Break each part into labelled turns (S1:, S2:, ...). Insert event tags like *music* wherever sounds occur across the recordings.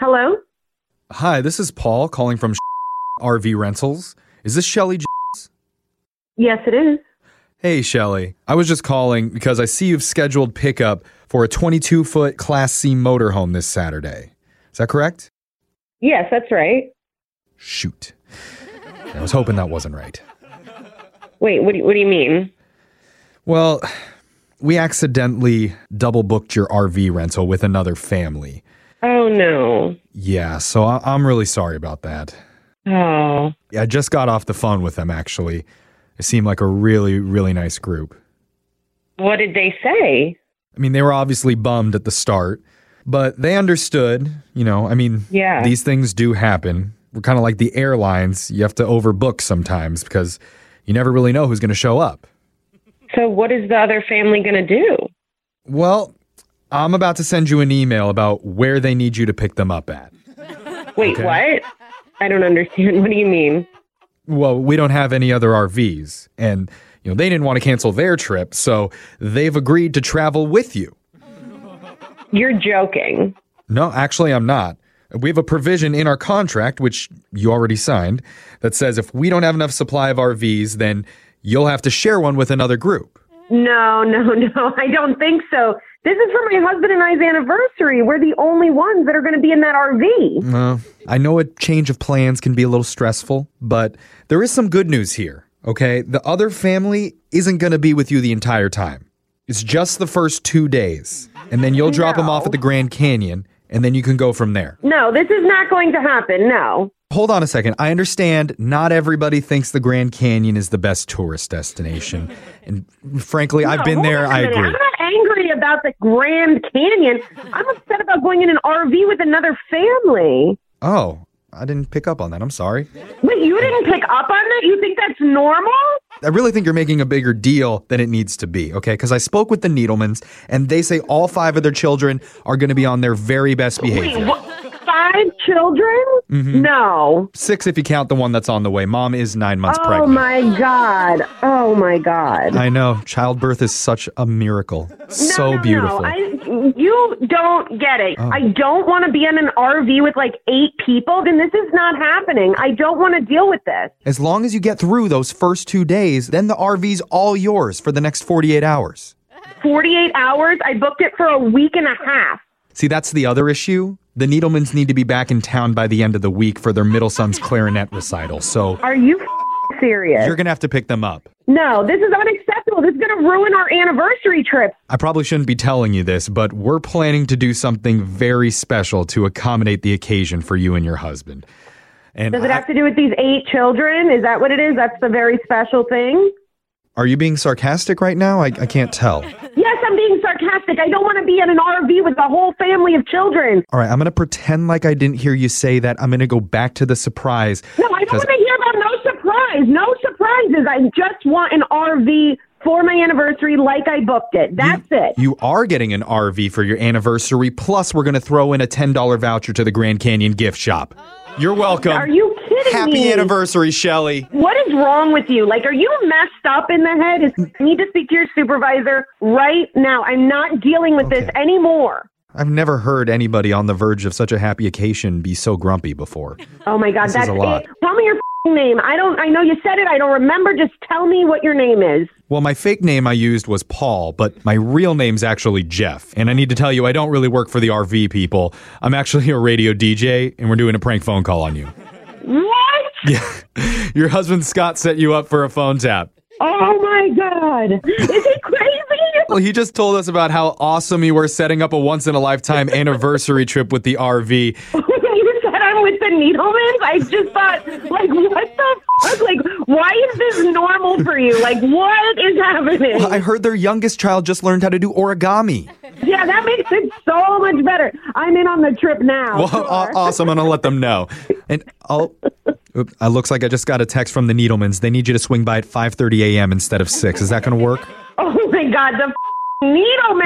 S1: Hello?
S2: Hi, this is Paul calling from *laughs* RV Rentals. Is this Shelly?
S1: Yes, it is.
S2: Hey, Shelly. I was just calling because I see you've scheduled pickup for a 22 foot Class C motorhome this Saturday. Is that correct?
S1: Yes, that's right.
S2: Shoot. I was hoping that wasn't right.
S1: Wait, what do you, what do you mean?
S2: Well, we accidentally double booked your RV rental with another family.
S1: Oh, no.
S2: Yeah, so I- I'm really sorry about that.
S1: Oh.
S2: Yeah, I just got off the phone with them, actually. They seem like a really, really nice group.
S1: What did they say?
S2: I mean, they were obviously bummed at the start, but they understood, you know, I mean,
S1: Yeah.
S2: these things do happen. We're kind of like the airlines. You have to overbook sometimes because you never really know who's going to show up.
S1: So, what is the other family going to do?
S2: Well, I'm about to send you an email about where they need you to pick them up at.
S1: Wait, what? I don't understand. *laughs* What do you mean?
S2: Well, we don't have any other RVs and you know, they didn't want to cancel their trip, so they've agreed to travel with you.
S1: You're joking.
S2: No, actually, I'm not. We have a provision in our contract, which you already signed, that says if we don't have enough supply of RVs, then you'll have to share one with another group.
S1: No, no, *laughs* no. I don't think so. This is for my husband and I's anniversary. We're the only ones that are going to be in that RV.
S2: Uh, I know a change of plans can be a little stressful, but there is some good news here, okay? The other family isn't going to be with you the entire time. It's just the first two days, and then you'll drop them off at the Grand Canyon, and then you can go from there.
S1: No, this is not going to happen. No.
S2: Hold on a second. I understand not everybody thinks the Grand Canyon is the best tourist destination. And frankly, I've been
S1: Hold
S2: there.
S1: on a
S2: I
S1: minute.
S2: agree.
S1: I'm not angry about the Grand Canyon. I'm upset about going in an RV with another family.
S2: Oh, I didn't pick up on that. I'm sorry.
S1: Wait, you didn't pick up on that? You think that's normal?
S2: I really think you're making a bigger deal than it needs to be, okay? Because I spoke with the Needlemans, and they say all five of their children are going to be on their very best
S1: Wait,
S2: behavior.
S1: what? Five children?
S2: Mm-hmm.
S1: No.
S2: Six if you count the one that's on the way. Mom is nine months
S1: Oh
S2: pregnant.
S1: my God. Oh my God.
S2: I know. Childbirth is such a miracle.
S1: No,
S2: so
S1: no, no.
S2: beautiful. Oh.
S1: I, you don't get it. I don't want to be in an RV with like eight people. Then this is not happening. I don't want to deal with this.
S2: As long as you get through those first two days, then the RV's all yours for the next 48 hours.
S1: 48 hours. I booked it for a week and a half.
S2: See, that's the other issue. The Needlemans need to be back in town by the end of the week for their middle son's clarinet recital, so
S1: Are you f- serious?
S2: you're gonna have to pick them up.
S1: no, this is unacceptable. This is going to ruin our anniversary trip.
S2: I probably shouldn't be telling you this, but we're planning to do something very special to accommodate the occasion for you and your husband. And
S1: Does it
S2: I-
S1: have to do with these eight children? Is that what it is? That's the very special thing?
S2: are you being sarcastic right now? I, I
S1: *laughs*
S2: can't tell.
S1: Yes, I'm being sarcastic. I don't want to be in an RV with a whole family of children.
S2: All right, I'm gonna pretend like I didn't hear you say that. I'm gonna go back to the surprise.
S1: No, I don't
S2: 'Cause-
S1: want to hear about no surprise. No surprises. I just want an RV for my anniversary like I booked it. That's it.
S2: You are getting an RV for your anniversary, plus we're going to throw in a $10 voucher to the Grand Canyon gift shop. You're welcome.
S1: Are you kidding
S2: Happy
S1: me?
S2: anniversary, Shelly.
S1: What is wrong with you? Like, are you messed up in the head? Is- I need to speak to your supervisor right now. I'm not dealing with this anymore.
S2: I've never heard anybody on the verge of such a happy occasion be so grumpy before.
S1: Oh my God,
S2: This is
S1: that's
S2: a lot.
S1: it. Tell me your f***ing name. I don't. I know you said it. I don't remember. Just tell me what your name is.
S2: Well, my fake name I used was Paul, but my real name's actually Jeff. And I need to tell you, I don't really work for the RV people. I'm actually a radio DJ, and we're doing a prank phone call on you. *laughs*
S1: What?
S2: Yeah. Your husband Scott set you up for a phone tap.
S1: Oh my God! Is he crazy? *laughs*
S2: Well, he just told us about how awesome you were setting up a once in a lifetime anniversary trip with the RV.
S1: you said I'm with the Needlemans. I just thought, like, what the fuck? Like, why is this normal for you? Like, what is happening?
S2: I heard their youngest child just learned how to do origami.
S1: Yeah, that makes it so much better. I'm in on the trip now.
S2: Well,
S1: sure.
S2: aw- awesome. I'm going to let them know. And I'll. Oop, It looks like I just got a text from the Needlemans. They need you to swing by at 5:30 a.m. instead of 6. Is that going to work?
S1: *laughs* oh my god, the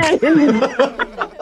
S1: f- Needlemans.